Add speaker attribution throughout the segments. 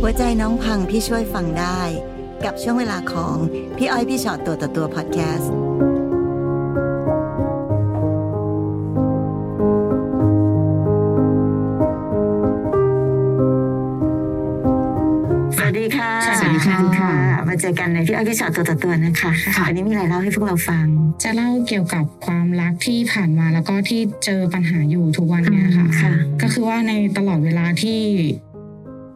Speaker 1: หัวใจน้องพังพี่ช่วยฟังได้ กับช่วงเวลาของพี่อ้อยพี่ชอตตัวต่อตัวพอดแคสต์สวัสดีค่ะ
Speaker 2: สวัสดีค่ะ
Speaker 1: มาเจอกันในพี่อ้อยพี่ชอตตัวต่อตัวนะคะ
Speaker 2: ค่ะ
Speaker 1: วันนี้มีอะไรเล่าให้พวกเราฟัง
Speaker 2: จะเล่าเกี่ยวกับความรักที่ผ่านมาแล้วก็ที่เจอปัญหาอยู่ทุกวันเนี้ยค่ะ
Speaker 1: อืมค่ะ
Speaker 2: ก็คือว่าในตลอดเวลาที่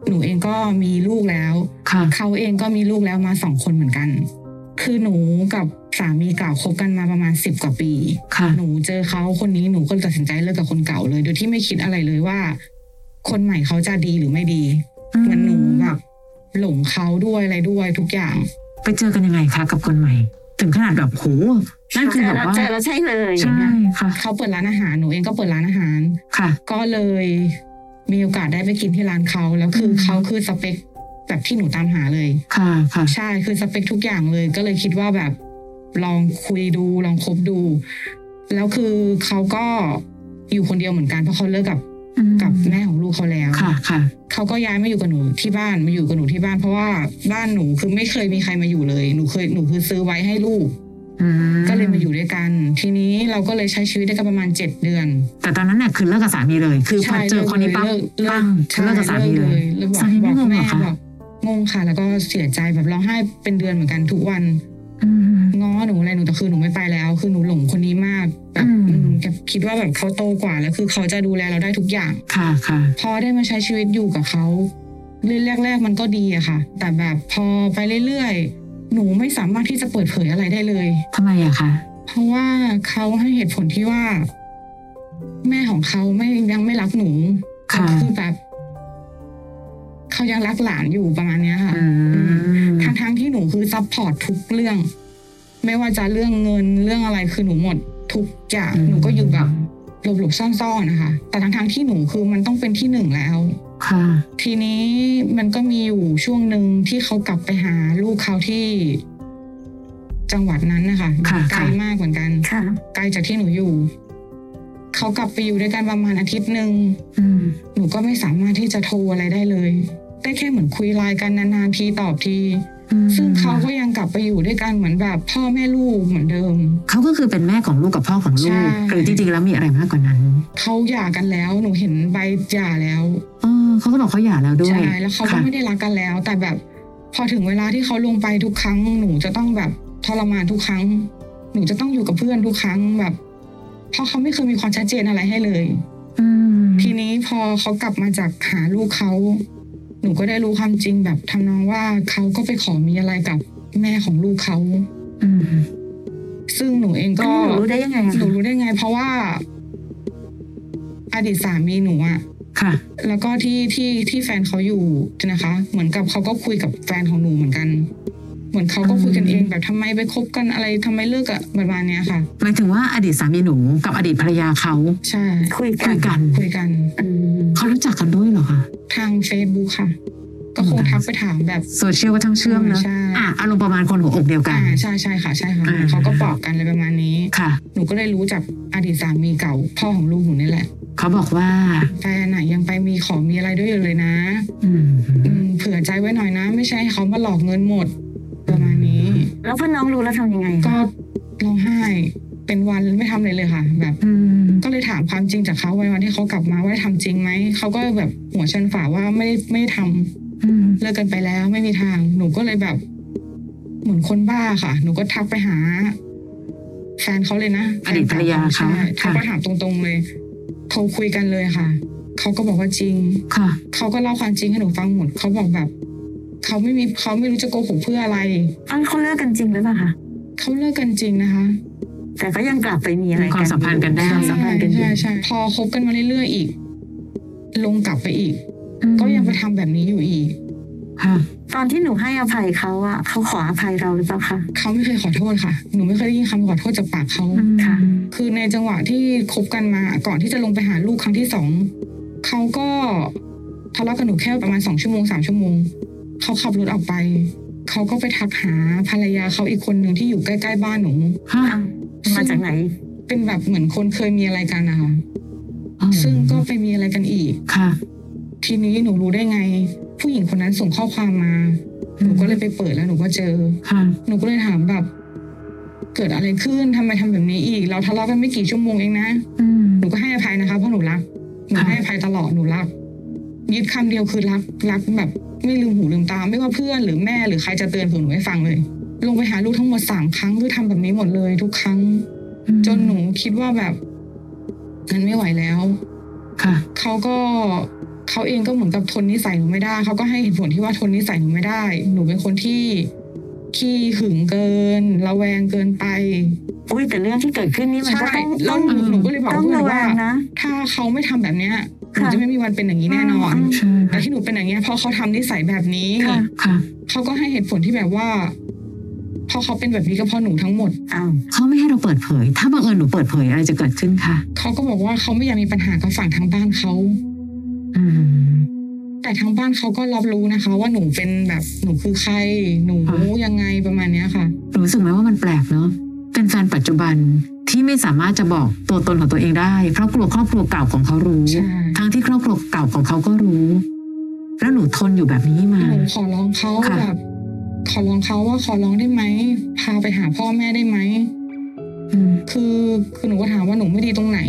Speaker 2: หนูเองก็มีลูกแล้ว
Speaker 3: ค่ะ
Speaker 2: เขาเองก็มีลูกแล้วมาสองคนเหมือนกัน คือหนูกับสามีเก่าคบกันมาประมาณสิบกว่าปี
Speaker 3: ค่ะ
Speaker 2: หนูเจอเขาคนนี้หนูก็เลยตัดสินใจเลิกกับคนเก่าเลย โดยที่ไม่คิดอะไรเลยว่า คนใหม่เขาจะดีหรือไม่ดีเหมือนหนูแบบหลงเขาด้วยอะไรด้วยทุกอย่าง
Speaker 3: ไปเจอกันยังไงคะกับคนใหม่ ถึงขนาดแบบโหนั่นคือแบบว่า
Speaker 1: เจอแล้วใช่เลย
Speaker 3: ใช่ค่ะ
Speaker 2: เขาเปิดร้านอาหารหนูเองก็เปิดร้านอาหาร
Speaker 3: ค่ะ
Speaker 2: ก็เลยมีโอกาสได้ไปกินที่ร้านเขาแล้วคือ
Speaker 3: อืม
Speaker 2: เขาคือสเปคแบบที่หนูตามหาเลย
Speaker 3: ค่ะค่ะ
Speaker 2: ใช่คือสเปคทุกอย่างเลย ก็เลยคิดว่าแบบลองคุยดูลองคบดู แล้วคือเขาก็อยู่คนเดียวเหมือนกันเพราะเขาเลิกกับ
Speaker 3: อืม
Speaker 2: กับแม่ของลูกเขาแล้ว
Speaker 3: ค่ะค่ะ
Speaker 2: เขาก็ย้ายมาอยู่กับหนูที่บ้านมาอยู่กับหนูที่บ้านเพราะว่าบ้านหนูคือไม่เคยมีใครมาอยู่เลยหนูเคยหนูคือซื้อไว้ให้ลูก
Speaker 3: อืม
Speaker 2: ก็เลยมาอยู่ด้วยกัน ทีนี้เราก็เลยใช้ชีวิตด้วยกันประมาณเจ็ดเดือน
Speaker 3: แต่ตอนนั้นน่ะคือเลิกกับสามีเลย คือพอ
Speaker 2: ใช่
Speaker 3: เจอคนนี้ปั๊บ
Speaker 2: เลิกเลิ
Speaker 3: ปั้ง
Speaker 2: ใช่
Speaker 3: เลิกกับสามีเลย
Speaker 2: แล้วบอก
Speaker 3: สามีไม่
Speaker 2: บอก
Speaker 3: งงเหร
Speaker 2: แม่
Speaker 3: อคะ
Speaker 2: บอกงงค่ะ แล้วก็เสียใจแบบร้องไห้เป็นเดือนเหมือนกันทุกวัน
Speaker 3: อืม
Speaker 2: ง้อหนูอะไรหนูแต่คือหนูไม่ไปแล้ว คือหนูหลงคนนี้มากแบบ
Speaker 3: อืม
Speaker 2: อืมแต่คิดว่าแบบเขาโตกว่าแล้วคือเขาจะดูแลเราได้ทุกอย่าง
Speaker 3: ค่ะค่ะ
Speaker 2: พอได้มาใช้ชีวิตอยู่กับเขาเรื่องแรก ๆ มันก็ดีอะค่ะ แต่แบบพอไปเรื่อยๆหนูไม่สามารถที่จะเปิดเผยอะไรได้เลย
Speaker 3: ทำไมอะคะ
Speaker 2: เพราะว่าเขาให้เหตุผลที่ว่า แม่ของเขาไม่ยังไม่รักหนู
Speaker 3: ค่ะ
Speaker 2: คือแบบเขายังรักหลานอยู่ประมาณเนี้ยค่ะ
Speaker 3: อืม
Speaker 2: ทั้งทั้งๆที่หนูคือซัพพอร์ตทุกเรื่อง ไม่ว่าจะเรื่องเงินเรื่องอะไรคือหนูหมดทุกอย่างหนูก็อยู่แบบหลบๆซ่อนๆนะคะ แต่ทั้งทั้งๆที่หนูคือมันต้องเป็นที่หนึ่งแล้ว
Speaker 3: ค่ะ
Speaker 2: ทีนี้มันก็มีอยู่ช่วงหนึ่งที่เขากลับไปหาลูกเขาที่ จังหวัดนั้นนะคะ
Speaker 3: ค่ะ
Speaker 2: ไกล
Speaker 3: ค่ะ
Speaker 2: มากเหมือนกัน
Speaker 1: ค่ะ
Speaker 2: ไกลจากที่หนูอยู่ เขากลับไปอยู่ด้วยกันประมาณอาทิตย์หนึ่ง
Speaker 3: อืม
Speaker 2: หนูก็ไม่สามารถที่จะโทรอะไรได้เลย ได้แค่เหมือนคุยไลน์กันนานๆทีตอบที
Speaker 3: อืม
Speaker 2: ซึ่งเขาก็ยังกลับไปอยู่ด้วยกันเหมือนแบบ พ่อแม่ลูกเหมือนเดิม
Speaker 3: เขาก็คือเป็นแม่ของลูกกับพ่อของลู
Speaker 2: ใช่
Speaker 3: กหรือจริงๆแล้วมีอะไรมากกว่านั้น
Speaker 2: เขาหย่ากันแล้ว หนูเห็นใบหย่าแล้ว
Speaker 3: เออเขาก็บอกเขาหย่าแล้วด้วย
Speaker 2: ใช่แล้วเขาก็
Speaker 3: ค่ะ
Speaker 2: ไม่ได้รักกันแล้ว แต่แบบ พอถึงเวลาที่เขาลงไปทุกครั้ง หนูจะต้องแบบทรมานทุกครั้ง หนูจะต้องอยู่กับเพื่อนทุกครั้งแบบ เพราะเขาไม่เคยมีความชัดเจนอะไรให้เลย
Speaker 3: อืม
Speaker 2: ทีนี้พอเขากลับมาจากหาลูกเขา หนูก็ได้รู้ความจริงแบบทำนองว่าเขาก็ไปขอมีอะไรกับแม่ของลูกเขา
Speaker 3: อืม
Speaker 2: ซึ่งหนูเองก็
Speaker 1: หนูรู้ได้ยังไงอะ
Speaker 2: หนูรู้ได้ไง เพราะว่า อดีตสามีหนูอะ
Speaker 3: ค่ะ
Speaker 2: แล้วก็ที่ที่ที่แฟนเขาอยู่นะคะ เหมือนกับเขาก็คุยกับแฟนของหนูเหมือนกัน เหมือนเขาก็คุยกันเองแบบทำไมไปคบกันอะไรทำไมเลิกอะประมาณเนี้ยค่ะ
Speaker 3: หมายถึงว่าอดีตสามีหนูกับอดีตภรรยาเขา
Speaker 2: ใช่
Speaker 1: คุยกั
Speaker 3: คุ
Speaker 1: น
Speaker 3: ยกัน
Speaker 2: คุยกัน
Speaker 1: อืม
Speaker 3: เขารู้จักกันด้วยเหรอคะ
Speaker 2: ทางเฟซบุ๊กค่ะ ก็คงทักไปถามแบบ
Speaker 3: โซเชียลก็ทั้งเชื่อมนะ
Speaker 2: ใช่
Speaker 3: อ่ะอารมณ์ประมาณคนหัวอกเดียวกัน
Speaker 2: อ่าใช่ใช่ค่ะใช่ค่ะ
Speaker 3: อ่า
Speaker 2: เขาก็บอกกันอะไรประมาณนี้
Speaker 3: ค่ะ
Speaker 2: หนูก็ได้รู้จากอดีตสามีเก่า พ่อของลูกหนูนี่แหละ
Speaker 3: เขาบอกว่า
Speaker 2: แฟนน่ะยังไปมีของมีอะไรด้วยอยู่เลยนะ
Speaker 3: อืม
Speaker 2: อืมเผื่อใจไว้หน่อยนะ ไม่ใช่ให้เขามาหลอกเงินหมด ประมาณนี้
Speaker 1: แล้วพอน้องรู้แล้วทำยังไงอะ
Speaker 2: ก็ร้องไห้เป็นวันไม่ทำอะไรเลยค่ะ แบบ
Speaker 3: อืม
Speaker 2: ก็เลยถามความจริงจากเขาวันวันที่เขากลับมาว่าทำจริงไหมเขาก็แบบหัวชนฝาว่าไม่ได้ไม่ได้ทำ
Speaker 3: อืม
Speaker 2: เลิกกันไปแล้วไม่มีทาง หนูก็เลยแบบ เหมือนคนบ้าค่ะ หนูก็ทักไปหา แฟนเขาเลยนะ
Speaker 3: อดีตภรรยาเขา
Speaker 2: ใช่ทักไปถามตรงๆเลยโทรคุยกันเลยค่ะ เขาก็บอกว่าจริง
Speaker 3: ค่ะ
Speaker 2: เขาก็เล่าความจริงให้หนูฟังหมด เขาบอกแบบ เขาไม่มีเขาไม่รู้จะโกหกเพื่ออะไร
Speaker 1: อ้าวเขาเลิกกันจริงหรือเปล่าคะ
Speaker 2: เขาเลิกกันจริงนะคะ
Speaker 1: แต่ก็ยังกลับไปมีอะไร
Speaker 3: มีความสัมพันธ์กันได้
Speaker 1: ความสัมพันธ์กันอยู่
Speaker 2: ใช่ใช่พอคบกันมาเรื่อยๆอีก ลงกลับไปอีก
Speaker 3: อืม
Speaker 2: ก็ยังไปทำแบบนี้อยู่อีก
Speaker 3: ค่ะ
Speaker 1: ตอนที่หนูให้อภัยเขาอะเขาขออภัยเราหรือเปล่าคะ
Speaker 2: เขาไม่เคยขอโทษค่ะ หนูไม่เคยได้ยินคำขอโทษจากปากเขา
Speaker 1: ค่ะ
Speaker 2: คือในจังหวะที่คบกันมาก่อนที่จะลงไปหาลูกครั้งที่สองเขาก็ทะเลาะกับหนูแค่ประมาณสองชั่วโมงสามชั่วโมงเขาขับรถออกไป เขาก็ไปทักหาภรรยาเขาอีกคนหนึ่งที่อยู่ใกล้ๆบ้านหนู
Speaker 3: ฮะ
Speaker 1: อ้าวมาจากไหน
Speaker 2: เป็นแบบเหมือนคนเคยมีอะไรกันนะคะ
Speaker 3: อ๋อ
Speaker 2: ซึ่งก็ไปมีอะไรกันอีก
Speaker 3: ค่ะ
Speaker 2: ทีนี้หนูรู้ได้ไง ผู้หญิงคนนั้นส่งข้อความมา หนูก็เลยไปเปิดแล้วหนูก็เจอ
Speaker 3: ค่ะ
Speaker 2: หนูก็เลยถามแบบ เกิดอะไรขึ้นทำไมทำแบบนี้อีก เราทะเลาะกันไม่กี่ชั่วโมงเองนะ
Speaker 3: อืม
Speaker 2: หนูก็ให้อภัยนะคะเพราะหนูรักหนู
Speaker 3: ค่ะ
Speaker 2: ให้อภัยตลอดหนูรักยึดคำเดียวคือรักรักแบบไม่ลืมหูลืมตา ไม่ว่าเพื่อนหรือแม่หรือใครจะเตือนผมหนูไม่ฟังเลย ลงไปหาลูกทั้งหมดสามครั้งคือทำแบบนี้หมดเลย ทุกครั้ง จนหนูคิดว่าแบบมันไม่ไหวแล้ว
Speaker 3: ค่ะ
Speaker 2: เขาก็เขาเองก็เหมือนกับทนนิสัยหนูไม่ได้ เขาก็ให้เหตุผลที่ว่าทนนิสัยหนูไม่ได้ หนูเป็นคนที่ขี้หึงเกินระแวงเกินไป
Speaker 4: อุ้ยแต่เรื่องที่เกิดขึ้นนี่มันก็
Speaker 2: ใช่
Speaker 4: ต้อง
Speaker 2: แล้วห
Speaker 4: ต้อง
Speaker 2: นูหนูก็เลยบอก
Speaker 4: ต้อง
Speaker 2: เพื่อน
Speaker 4: ระแว
Speaker 2: ว่า
Speaker 4: งนะ
Speaker 2: ถ้าเขาไม่ทำแบบเนี้ยหนู
Speaker 4: ค่ะ
Speaker 2: จะไม่มีวันเป็นอย่างนี้แน่นอน
Speaker 4: อืม
Speaker 3: ใช่
Speaker 2: แต่ที่หนูเป็นอย่างเงี้ยเพราะเขาทำนิสัยแบบนี้
Speaker 4: ค่ะ
Speaker 3: ค่ะ
Speaker 2: เขาก็ให้เหตุผลที่แบบว่าเพราะเขาเป็นแบบนี้ก็เพราะหนูทั้งหมด
Speaker 4: อ้าว
Speaker 3: เขาไม่ให้เราเปิดเผย ถ้าบังเอิญหนูเปิดเผยอะไรจะเกิดขึ้นค่ะ
Speaker 2: เขาก็บอกว่าเขาไม่อยากมีปัญหากับฝั่งทางบ้านเขา
Speaker 3: อืม
Speaker 2: แต่ทางบ้านเขาก็รับรู้นะคะ ว่าหนูเป็นแบบหนูคือใคร หนู
Speaker 3: ค่ะ
Speaker 2: ยังไงประมาณเนี้ยค่ะ
Speaker 3: รู้สึกไหมว่ามันแปลกเนอะเป็นแฟนปัจจุบันที่ไม่สามารถจะบอกตัวตนของตัวเองได้ เพราะกลัวครอบครัวเก่าของเขารู้
Speaker 2: ใช่
Speaker 3: ทั้งที่ครอบครัวเก่าของเขาก็รู้ แล้วหนูทนอยู่แบบนี้มา
Speaker 2: หนูขอร้องเขา
Speaker 3: ค่ะ
Speaker 2: แบบขอร้องเขาว่าขอร้องได้ไหมพาไปหาพ่อแม่ได้ไหม
Speaker 3: อืม
Speaker 2: คือคือหนูก็ถามว่าหนูไม่ดีตรงไหน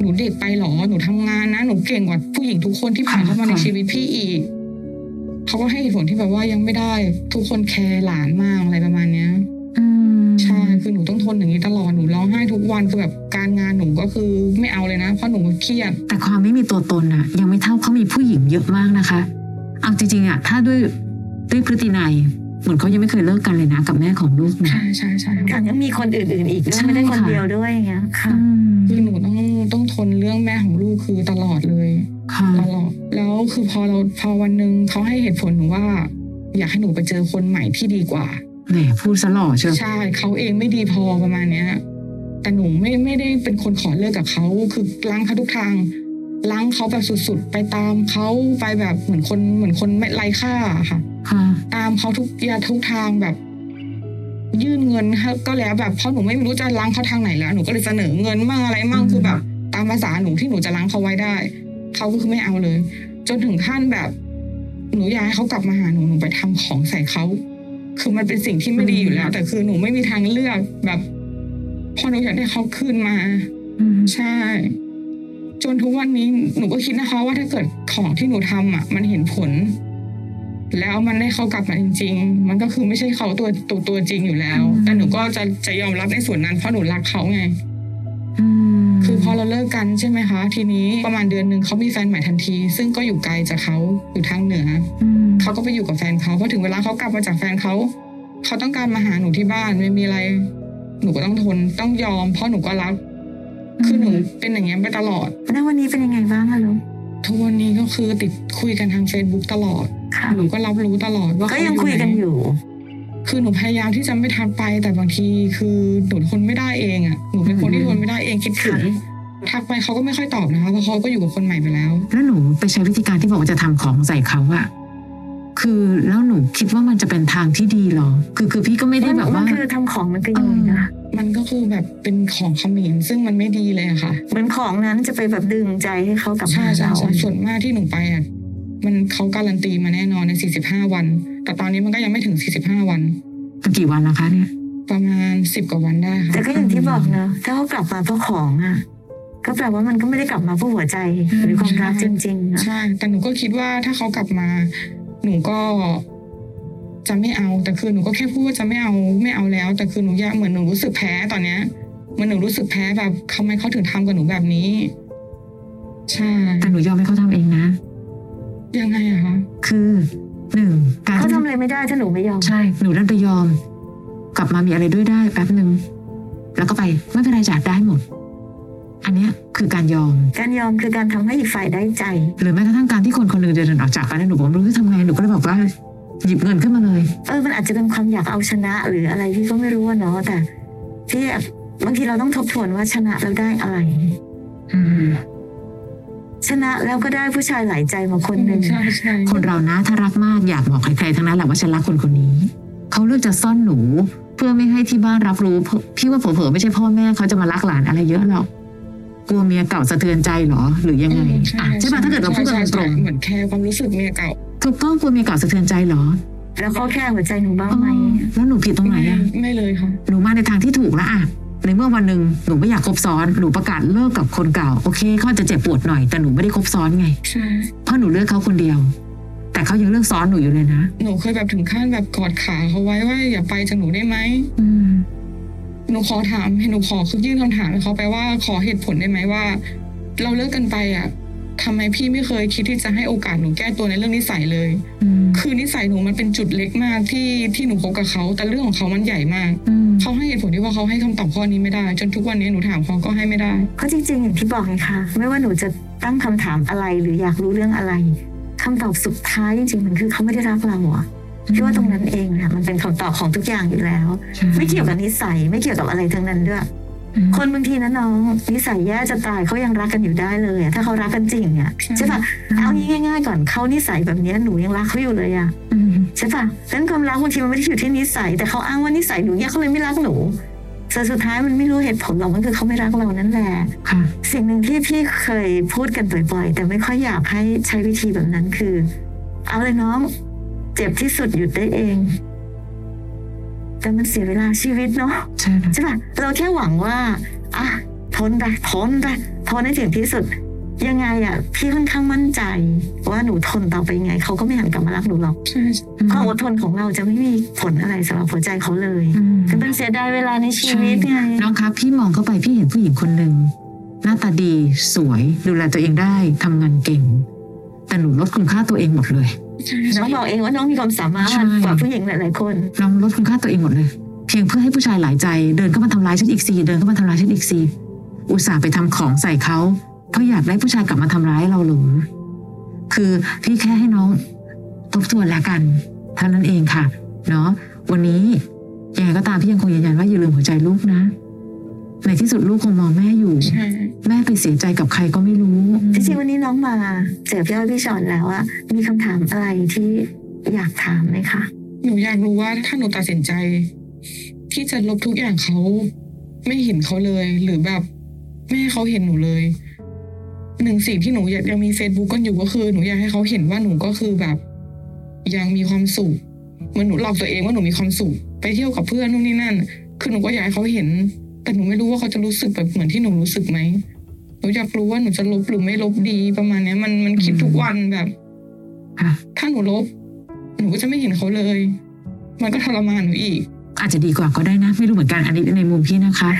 Speaker 2: หนูเด็กไปหรอหนูทำงานนะหนูเก่งกว่าผู้หญิงทุกคนที่ผ่านเข้ามาในชีวิตพี่อีกเขาก็ให้เหตุผลที่แบบว่ายังไม่ได้ ทุกคนแคร์หลานมากอะไรประมาณเนี้ย
Speaker 3: อืม
Speaker 2: ใช่คือหนูต้องทนอย่างนี้ตลอดหนูร้องไห้ทุกวันคือแบบการงานหนูก็คือไม่เอาเลยนะ เพราะหนูเครียด
Speaker 3: แต่ความไม่มีตัวตนอะยังไม่เท่าเขามีผู้หญิงเยอะมากนะคะ เอาจริงๆอะถ้าด้วยด้วยพฤตินัยเหมือนเขายังไม่เคยเลิกกันเลยนะกับแม่ของลูกนะ
Speaker 2: ใช่ใช่ใช่
Speaker 4: ค่ะยังมีคนอื่นๆอีกด้ว
Speaker 3: ใช่
Speaker 4: ยไม่ได้คน
Speaker 3: ค่ะ
Speaker 4: เดียวด้วยอย่างเงี้ยค่ะ
Speaker 3: อืม
Speaker 2: คือหนูต้องต้องทนเรื่องแม่ของลูกคือตลอดเลย
Speaker 3: ค่ะ
Speaker 2: ตลอด แล้วคือพอเราพอวันหนึ่งเขาให้เหตุผลหนูว่า อยากให้หนูไปเจอคนใหม่ที่ดีกว่า
Speaker 3: แหมพูดซะหล่อเชียว
Speaker 2: ใช่เขาเองไม่ดีพอประมาณเนี้ย แต่หนูไม่ไม่ได้เป็นคนขอเลิกกับเขาคือล้างเขาทุกทางล้างเขาแบบสุดๆ ไปตามเขาไปแบบเหมือนคนเหมือนคนไม่ไร้ค่าอะค่ะ
Speaker 3: ค่ะ
Speaker 2: ตามเขาทุกยาทุกทางแบบ ยื่นเงินให้ก็แล้วแบบเพราะหนูไม่รู้จะล้างเขาทางไหนแล้วหนูก็เลยเสนอเงินมั่งอะไรมั่ง
Speaker 3: อืม
Speaker 2: คือแบบ ตามภาษาหนูที่หนูจะล้างเขาไว้ได้เขาก็คือไม่เอาเลย จนถึงขั้นแบบ หนูอยากให้เขากลับมาหาหนูหนูไปทำของใส่เขาคือมันเป็นสิ่งที่ไม่ดีอยู่แล้ว แต่คือหนูไม่มีทางเลือกแบบเพอหนูอยากได้เขาคืนมา
Speaker 3: อืม
Speaker 2: ใช่ จนทุกวันนี้หนูก็คิดนะคะ ว่าถ้าเกิดของที่หนูทำอ่ะ มันเห็นผล แล้วมันได้เขากลับมาจริง ๆ มันก็คือไม่ใช่เขาตัวตัวตัวจริงอยู่แล้ว แต่หนูก็จะจะยอมรับในส่วนนั้นเพราะหนูรักเขาไง
Speaker 3: อืม
Speaker 2: คือพอเราเลิกกันใช่ไหมคะ ทีนี้ประมาณเดือนหนึ่งเขามีแฟนใหม่ทันที ซึ่งก็อยู่ไกลจากเขาอยู่ทางเหนือ
Speaker 3: ม
Speaker 2: เขาก็ไปอยู่กับแฟนเขาพอถึงเวลาเขากลับมาจากแฟนเขาเขาต้องการมาหาหนูที่บ้านไม่มีอะไร หนูก็ต้องทนต้องยอม เพราะหนูก็รักคือหนูเป็นอย่างเงี้ยไปตลอด
Speaker 4: แล้ววันนี้เป็นยังไงบ้างอะลูก
Speaker 2: ทุกวันนี้ก็คือติดคุยกันทาง Facebook ตลอด
Speaker 4: ค่ะ
Speaker 2: หนูก็รับรู้ตลอดว่า
Speaker 4: ก็
Speaker 2: เขา
Speaker 4: ยังคุยกันอยู่
Speaker 2: คือหนูพยายามที่จะไม่ทักไป แต่บางทีคือหนูทนไม่ได้เองอ่ะ หนูเป็นคนที่ทนไม่ได้เองคิดถึง ทักไปเขาก็ไม่ค่อยตอบนะคะเพราะเขาก็อยู่กับคนใหม่ไปแล้ว
Speaker 3: แล้วหนูไปใช้วิธีการที่บอกว่าจะทำของใส่เขาอะคือแล้วหนูคิดว่ามันจะเป็นทางที่ดีเหรอ คือคือพี่ก็ไม่ได้แบบ
Speaker 4: มั
Speaker 3: ว่าน
Speaker 4: คือทำของมันคือยังไงนะ
Speaker 2: มันก็คือแบบเป็นของเขมิ้นซึ่งมันไม่ดีเลยอะค่ะ
Speaker 4: เหมือนของนั้นจะไปแบบดึงใจให้เขากลับ
Speaker 2: ใช่
Speaker 4: มา
Speaker 2: ใช่
Speaker 4: เรา
Speaker 2: ใช่ส่วนมากที่หนูไปอ่ะ มันเขาการันตีมาแน่นอนใน 45 วัน แต่ตอนนี้มันก็ยังไม่ถึง 45 วัน
Speaker 3: มันกี่วันแล้วคะเนี่ย
Speaker 2: ประมาณ 10 กว่าวันได้ค่ะ
Speaker 4: แต่ก็อย่างที่บอกเนอะถ้าเขากลับมาเพราะของอ่ะ ก็แปลว่ามันก็ไม่ได้กลับมาเพราะหัวใจหรือความรักจริงๆนะ
Speaker 2: ใช่ แต่หนูก็คิดว่าถ้าเขากลับมา หนูก็จะไม่เอา แต่คือหนูก็แค่พูดว่าจะไม่เอาไม่เอาแล้ว แต่คือหนูอยากเหมือนหนูรู้สึกแพ้ตอนเนี้ยเหมือนหนูรู้สึกแพ้แบบทำไมเขาถึงทำกับหนูแบบนี้ ใช่
Speaker 3: แต่หนูยอมให้เขาทำเองนะ
Speaker 2: ยังไงอะคะ
Speaker 3: คือหนึ่งการ
Speaker 4: เขา
Speaker 3: ที่
Speaker 4: ทำอะไรไม่ได้ถ้าหนูไม่ยอม
Speaker 3: ใช่ หนูนั่นจะยอม กลับมามีอะไรด้วยได้แป๊บหนึ่งแล้วก็ไปไม่เป็นไรจัดได้หมด อันเนี้ยคือการยอม
Speaker 4: การยอมคือการทำให้อีกฝ่ายได้ใจ
Speaker 3: หรือแม้กระทั่งการที่คนคนหนึ่งเดินออกจากไปแล้วหนูบอกไม่รู้จะทำไงหนูก็เลยบอกว่าหยิบเงินขึ้นมาเลย
Speaker 4: เออ มันอาจจะเป็นความอยากเอาชนะหรืออะไรพี่ก็ไม่รู้อะเนาะแต่พี่อะบางทีเราต้องทบทวนว่าชนะแล้วได้อะไร
Speaker 3: อืม
Speaker 4: ชนะแล้วก็ได้ผู้ชายหลายใจมาคนหนึ่ง
Speaker 2: ใช่ใช่
Speaker 3: คนเรานะถ้ารักมากอยากบอกใครๆทั้งนั้นแหละว่าฉันรักคนคนนี้ เขาเลือกจะซ่อนหนู เพื่อไม่ให้ที่บ้านรับรู้เพราะพี่ว่าเผลอๆไม่ใช่พ่อแม่เขาจะมารักหลานอะไรเยอะหรอก กลัวเมียเก่าสะเทือนใจเหรอ หรือยังไง
Speaker 2: อืมใช่
Speaker 3: อ่ะใช่ป่ะถ้าเกิดเราพูดกัน
Speaker 2: ใช่ใช่
Speaker 3: ตรง
Speaker 2: เหมือนแค่ความรู้สึกเมียเก่า
Speaker 3: ๆถูกต้องกลัวเมียเก่าสะเทือนใจเหรอ
Speaker 4: แล้วเขาแค่หัวใจหนูบ้างไหม
Speaker 3: แล้วหนูผิดตรงไหน
Speaker 2: ไม่
Speaker 3: อ่ะ
Speaker 2: ไม่เลยค่ะ
Speaker 3: หนูมาในทางที่ถูกแล้วอะในเมื่อวันหนึ่งหนูไม่อยากคบซ้อน หนูประกาศเลิกกับคนเก่า โอเคเขาอาจจะเจ็บปวดหน่อย แต่หนูไม่ได้คบซ้อนไง
Speaker 2: ใช่
Speaker 3: เพราะหนูเลือกเขาคนเดียว แต่เขายังเลือกซ้อนหนูอยู่เลยนะ
Speaker 2: หนูเคยแบบถึงขั้นแบบกอดขาเขาไว้ว่าอย่าไปจากหนูได้ไหม
Speaker 3: อืม
Speaker 2: หนูขอถามให้หนูขอคือยื่นคำถามให้เขาไปว่าขอเหตุผลได้ไหมว่า เราเลิกกันไปอ่ะทำไมพี่ไม่เคยคิดที่จะให้โอกาสหนูแก้ตัวในเรื่องนิสัยเลย
Speaker 3: อืม
Speaker 2: คือนิสัยหนูมันเป็นจุดเล็กมากที่ที่หนูคบกับเขาแต่เรื่องของเขามันใหญ่มาก
Speaker 3: อืม
Speaker 2: เขาให้เหตุผลที่ว่าเขาให้คำตอบข้อนี้ไม่ได้ จนทุกวันนี้หนูถามเขาก็ให้ไม่ได้
Speaker 4: ก็จริงๆอย่างที่บอกไงคะไม่ว่าหนูจะตั้งคำถามอะไรหรืออยากรู้เรื่องอะไรคำตอบสุดท้ายจริงๆมันคือเขาไม่ได้รักเราอะพี่ว่าตรงนั้นเองนะมันเป็นคำตอบของทุกอย่างอยู่แล้ว
Speaker 3: ใช่
Speaker 4: ไม่เกี่ยวกับนิสัยไม่เกี่ยวกับอะไรทั้งนั้นด้วย
Speaker 3: อืม
Speaker 4: คนบางทีนะน้องนิสัยแย่จะตายเขายังรักกันอยู่ได้เลยอะถ้าเขารักกันจริงอะ
Speaker 2: ใช่
Speaker 4: ใช่ปะเอางี้ง่าย ๆ ก่อนเขานิสัยแบบเนี้ยหนูยังรักเขาอยู่เลยอะ
Speaker 3: อืม
Speaker 4: ใช่ปะดังนั้นความรักบางทีมันไม่ได้อยู่ที่นิสัย แต่เขาอ้างว่านิสัยหนูเนี่ยเขาเลยไม่รักหนูแต่สุดท้ายมันไม่รู้เหตุผลหรอกมันคือเขาไม่รักเรานั่นแหละ
Speaker 3: ค่ะ
Speaker 4: สิ่งหนึ่งที่พี่เคยพูดกันบ่อยๆ แต่ไม่ค่อยอยากให้ใช้วิธีแบบนั้นคือ เอาเลยน้อง เจ็บที่สุดหยุดได้เอง แต่มันเสียเวลาชีวิตเนาะ
Speaker 3: ใช่นะ
Speaker 4: ใช่ปะเราแค่หวังว่าอ่ะทนไปทนไปทนให้ถึงที่สุด ยังไงอะพี่ค่อนข้างมั่นใจ ว่าหนูทนต่อไปยังไง เขาก็ไม่หันกลับมารักหนูหรอก
Speaker 2: ใช่ใช่
Speaker 4: ความอดทนของเราจะไม่มีผลอะไรสำหรับหัวใจเขาเลย
Speaker 3: อืม
Speaker 4: คือมันเสียดายเวลาในชีวิตไง
Speaker 3: น้องครับพี่มองเข้าไปพี่เห็นผู้หญิงคนหนึ่งหน้าตาดีสวย ดูแลตัวเองได้ทำงานเก่ง แต่หนูลดคุณค่าตัวเองหมดเลย
Speaker 4: น้องบอกเองว่าน้องมีความสามารถ
Speaker 3: ใช่
Speaker 4: กว่าผู้หญิงหลายๆคน
Speaker 3: น้องลดคุณค่าตัวเองหมดเลย เพียงเพื่อให้ผู้ชายหลายใจ เดินเข้ามาทำร้ายฉันอีกสีเดินเข้ามาทำร้ายฉันอีกสีอุตส่าห์ไปทำของใส่เขาเพราะอยากได้ผู้ชายกลับมาทำร้ายเราหรือคือพี่แค่ให้น้องทบทวนแล้วกันเท่านั้นเองค่ะเนาะวันนี้ยังไงก็ตามพี่ยังคงยืนยันว่าอย่าลืมหัวใจลูกนะ ในที่สุดลูกคงมองแม่อยู่
Speaker 2: ใช่
Speaker 3: แม่ไปเสียใจกับใครก็ไม่รู้
Speaker 4: จริงๆวันนี้น้องมาเจอพี่อ้อยพี่ชอนแล้วอะมีคำถามอะไรที่อยากถามไหมคะ
Speaker 2: หนูอยากรู้ว่าถ้าหนูตัดสินใจ ที่จะลบทุกอย่างเขา ไม่เห็นเขาเลย หรือแบบไม่ให้เขาเห็นหนูเลยหนึ่งสิ่งที่หนูยังยังมี Facebook กันอยู่ก็คือ หนูอยากให้เขาเห็นว่าหนูก็คือแบบ ยังมีความสุขเหมือนหนูหลอกตัวเองว่าหนูมีความสุขไปเที่ยวกับเพื่อนนู่นนี่นั่น คือหนูก็อยากให้เขาเห็น แต่หนูไม่รู้ว่าเขาจะรู้สึกแบบเหมือนที่หนูรู้สึกไหมหนูอยากรู้ว่าหนูจะลบหรือไม่ลบดีประมาณเนี้ยมันมันคิดทุกวันแบบ
Speaker 3: ค่ะ
Speaker 2: ถ้าหนูลบ หนูก็จะไม่เห็นเขาเลย มันก็ทรมานหนูอีก
Speaker 3: อาจจะดีกว่าก็ได้นะ ไม่รู้เหมือนกันอันนี้ในมุมพี่นะคะ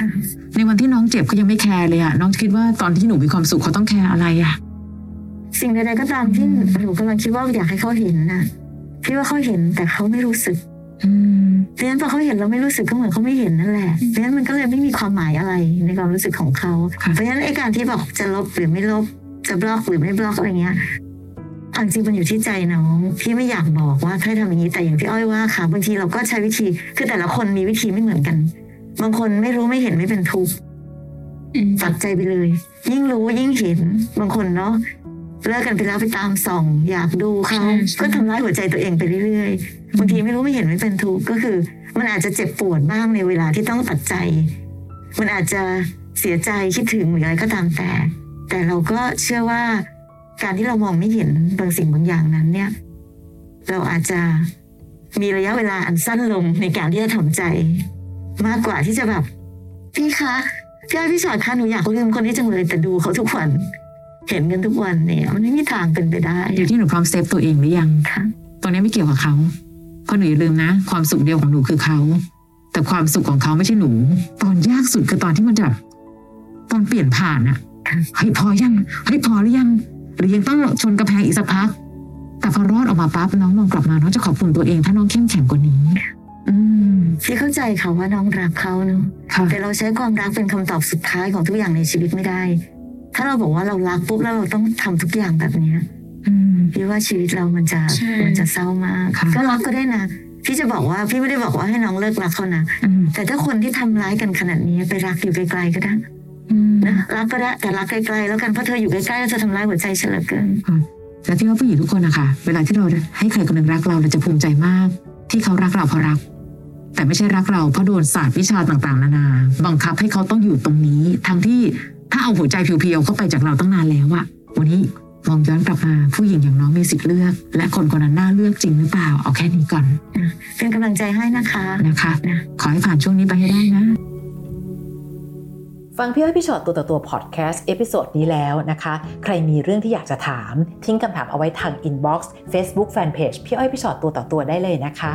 Speaker 3: ในวันที่น้องเจ็บก็ยังไม่แคร์เลยอะน้องคิดว่าตอนที่หนูมีความสุขเขาต้องแคร์อะไรอะ
Speaker 4: สิ่งใดๆก็ตามที่หนูกำลังคิดว่าอยากให้เขาเห็นนะพี่ว่าเขาเห็นแต่เขาไม่รู้สึก
Speaker 3: อืม
Speaker 4: ดังนั้นพอเขาเห็นเราไม่รู้สึกก็เหมือนเขาไม่เห็นนั่นแหละดังนั้นมันก็เลยไม่มีความหมายอะไรในความรู้สึกของเขา
Speaker 3: ค่ะ
Speaker 4: เพราะฉะนั้นไอ้การที่บอกจะลบหรือไม่ลบ จะบล็อกหรือไม่บล็อกอะไรเงี้ยเอาจริงๆมันอยู่ที่ใจน้องพี่ไม่อยากบอกว่าให้ทำอย่างนี้แต่อย่างพี่อ้อยว่าค่ะบางทีเราก็ใช้วิธีคือแต่ละคนมีวิธีไม่เหมือนกัน บางคนไม่รู้ไม่เห็นไม่เป็นทุกข์
Speaker 2: อืม
Speaker 4: ตัดใจไปเลย ยิ่งรู้ยิ่งเห็นบางคนเนาะเลิกกันไปแล้วไปตามส่อง อยากดูเขา
Speaker 2: ใช่ใช่
Speaker 4: ก็ทำร้ายหัวใจตัวเองไปเรื่อยๆบางทีไม่รู้ไม่เห็นไม่เป็นทุกข์ก็คือ มันอาจจะเจ็บปวดบ้างในเวลาที่ต้องตัดใจ มันอาจจะเสียใจคิดถึงหรืออะไรก็ตามแต่ แต่เราก็เชื่อว่า การที่เรามองไม่เห็นบางสิ่งบางอย่างนั้นเนี่ย เราอาจจะมีระยะเวลาอันสั้นลงในการที่จะทำใจ มากกว่าที่จะแบบพี่คะพี่อ้อยพี่ชอดคะหนูอยากลืมคนนี้จังเลยแต่ดูเขาทุกวัน เห็นกันทุกวันเนี่ยมันไม่มีทางเป็นไปได้
Speaker 3: อยู่ที่หนูพร้อมเซฟตัวเองหรือยัง
Speaker 4: ค่ะ
Speaker 3: ตอนนี้ไม่เกี่ยวกับเขา เพราะหนูอย่าลืมนะ ความสุขเดียวของหนูคือเขา แต่ความสุขของเขาไม่ใช่หนู ตอนยากสุดคือตอนที่มันแบบตอนเปลี่ยนผ่านอะเฮ้ยพอยังเฮ้ยพอหรือยัง หรือยังต้องชนกระแพงอีกสักพัก แต่พอรอดออกมาปั๊บน้องมองกลับมาน้องจะขอบคุณตัวเองถ้าน้องเข้มแข็งกว่านี้ อืม
Speaker 4: พี่เข้าใจค่ะว่าน้องรักเขาเนาะ
Speaker 3: ค่ะ
Speaker 4: แต่เราใช้ความรักเป็นคำตอบสุดท้ายของทุกอย่างในชีวิตไม่ได้ ถ้าเราบอกว่าเรารักปุ๊บแล้วเราต้องทำทุกอย่างแบบเนี้ย
Speaker 3: อืม
Speaker 4: พี่ว่าชีวิตเรามันจะ
Speaker 2: ใช่
Speaker 4: มันจะเศร้ามาก
Speaker 3: ค่ะ
Speaker 4: ก็รักก็ได้นะ พี่จะบอกว่าพี่ไม่ได้บอกว่าให้น้องเลิกรักเขานะ
Speaker 3: อืม
Speaker 4: แต่ถ้าคนที่ทำร้ายกันขนาดนี้ไปรักอยู่ไกลๆก็ได้
Speaker 3: อืม
Speaker 4: นะรักก็ได้แต่รักไกลๆแล้วกันเพราะเธออยู่ใกล้ๆแล้วเธอทำร้ายหัวใจฉันเหลือเกิน
Speaker 3: และพี่ว่าผู้หญิงทุกคนนะคะเวลาที่เราให้ใครคนหนึ่งรักเราเราจะภูมิใจมาก ที่เขารักเราเพราะรัก แต่ไม่ใช่รักเราเพราะโดนศาสตร์วิชาต่างๆ นานา บังคับให้เขาต้องอยู่ตรงนี้ ทั้งที่ ถ้าเอาหัวใจเพียวๆเข้าไปจากเราตั้งนานแล้วอะวันนี้มองย้อนกลับมาผู้หญิงอย่างน้องมีสิทธิ์เลือก และคนคนนั้นน่าเลือกจริงหรือเปล่าเอาแค่นี้ก่อน
Speaker 4: เป็นกำลังใจให้นะคะ
Speaker 3: นะคะ ขอให้ผ่านช่วงนี้ไปให้ได้นะ
Speaker 5: ฟังพี่อ้อยพี่ชอตตัวต่อตัวพอดแคสต์เอพิโซดนี้แล้วนะคะ ใครมีเรื่องที่อยากจะถาม ทิ้งคำถามเอาไว้ทางอินบ็อกซ์เฟซบุ๊กแฟนเพจพี่อ้อยพี่ชอตตัวต่อตัวได้เลยนะคะ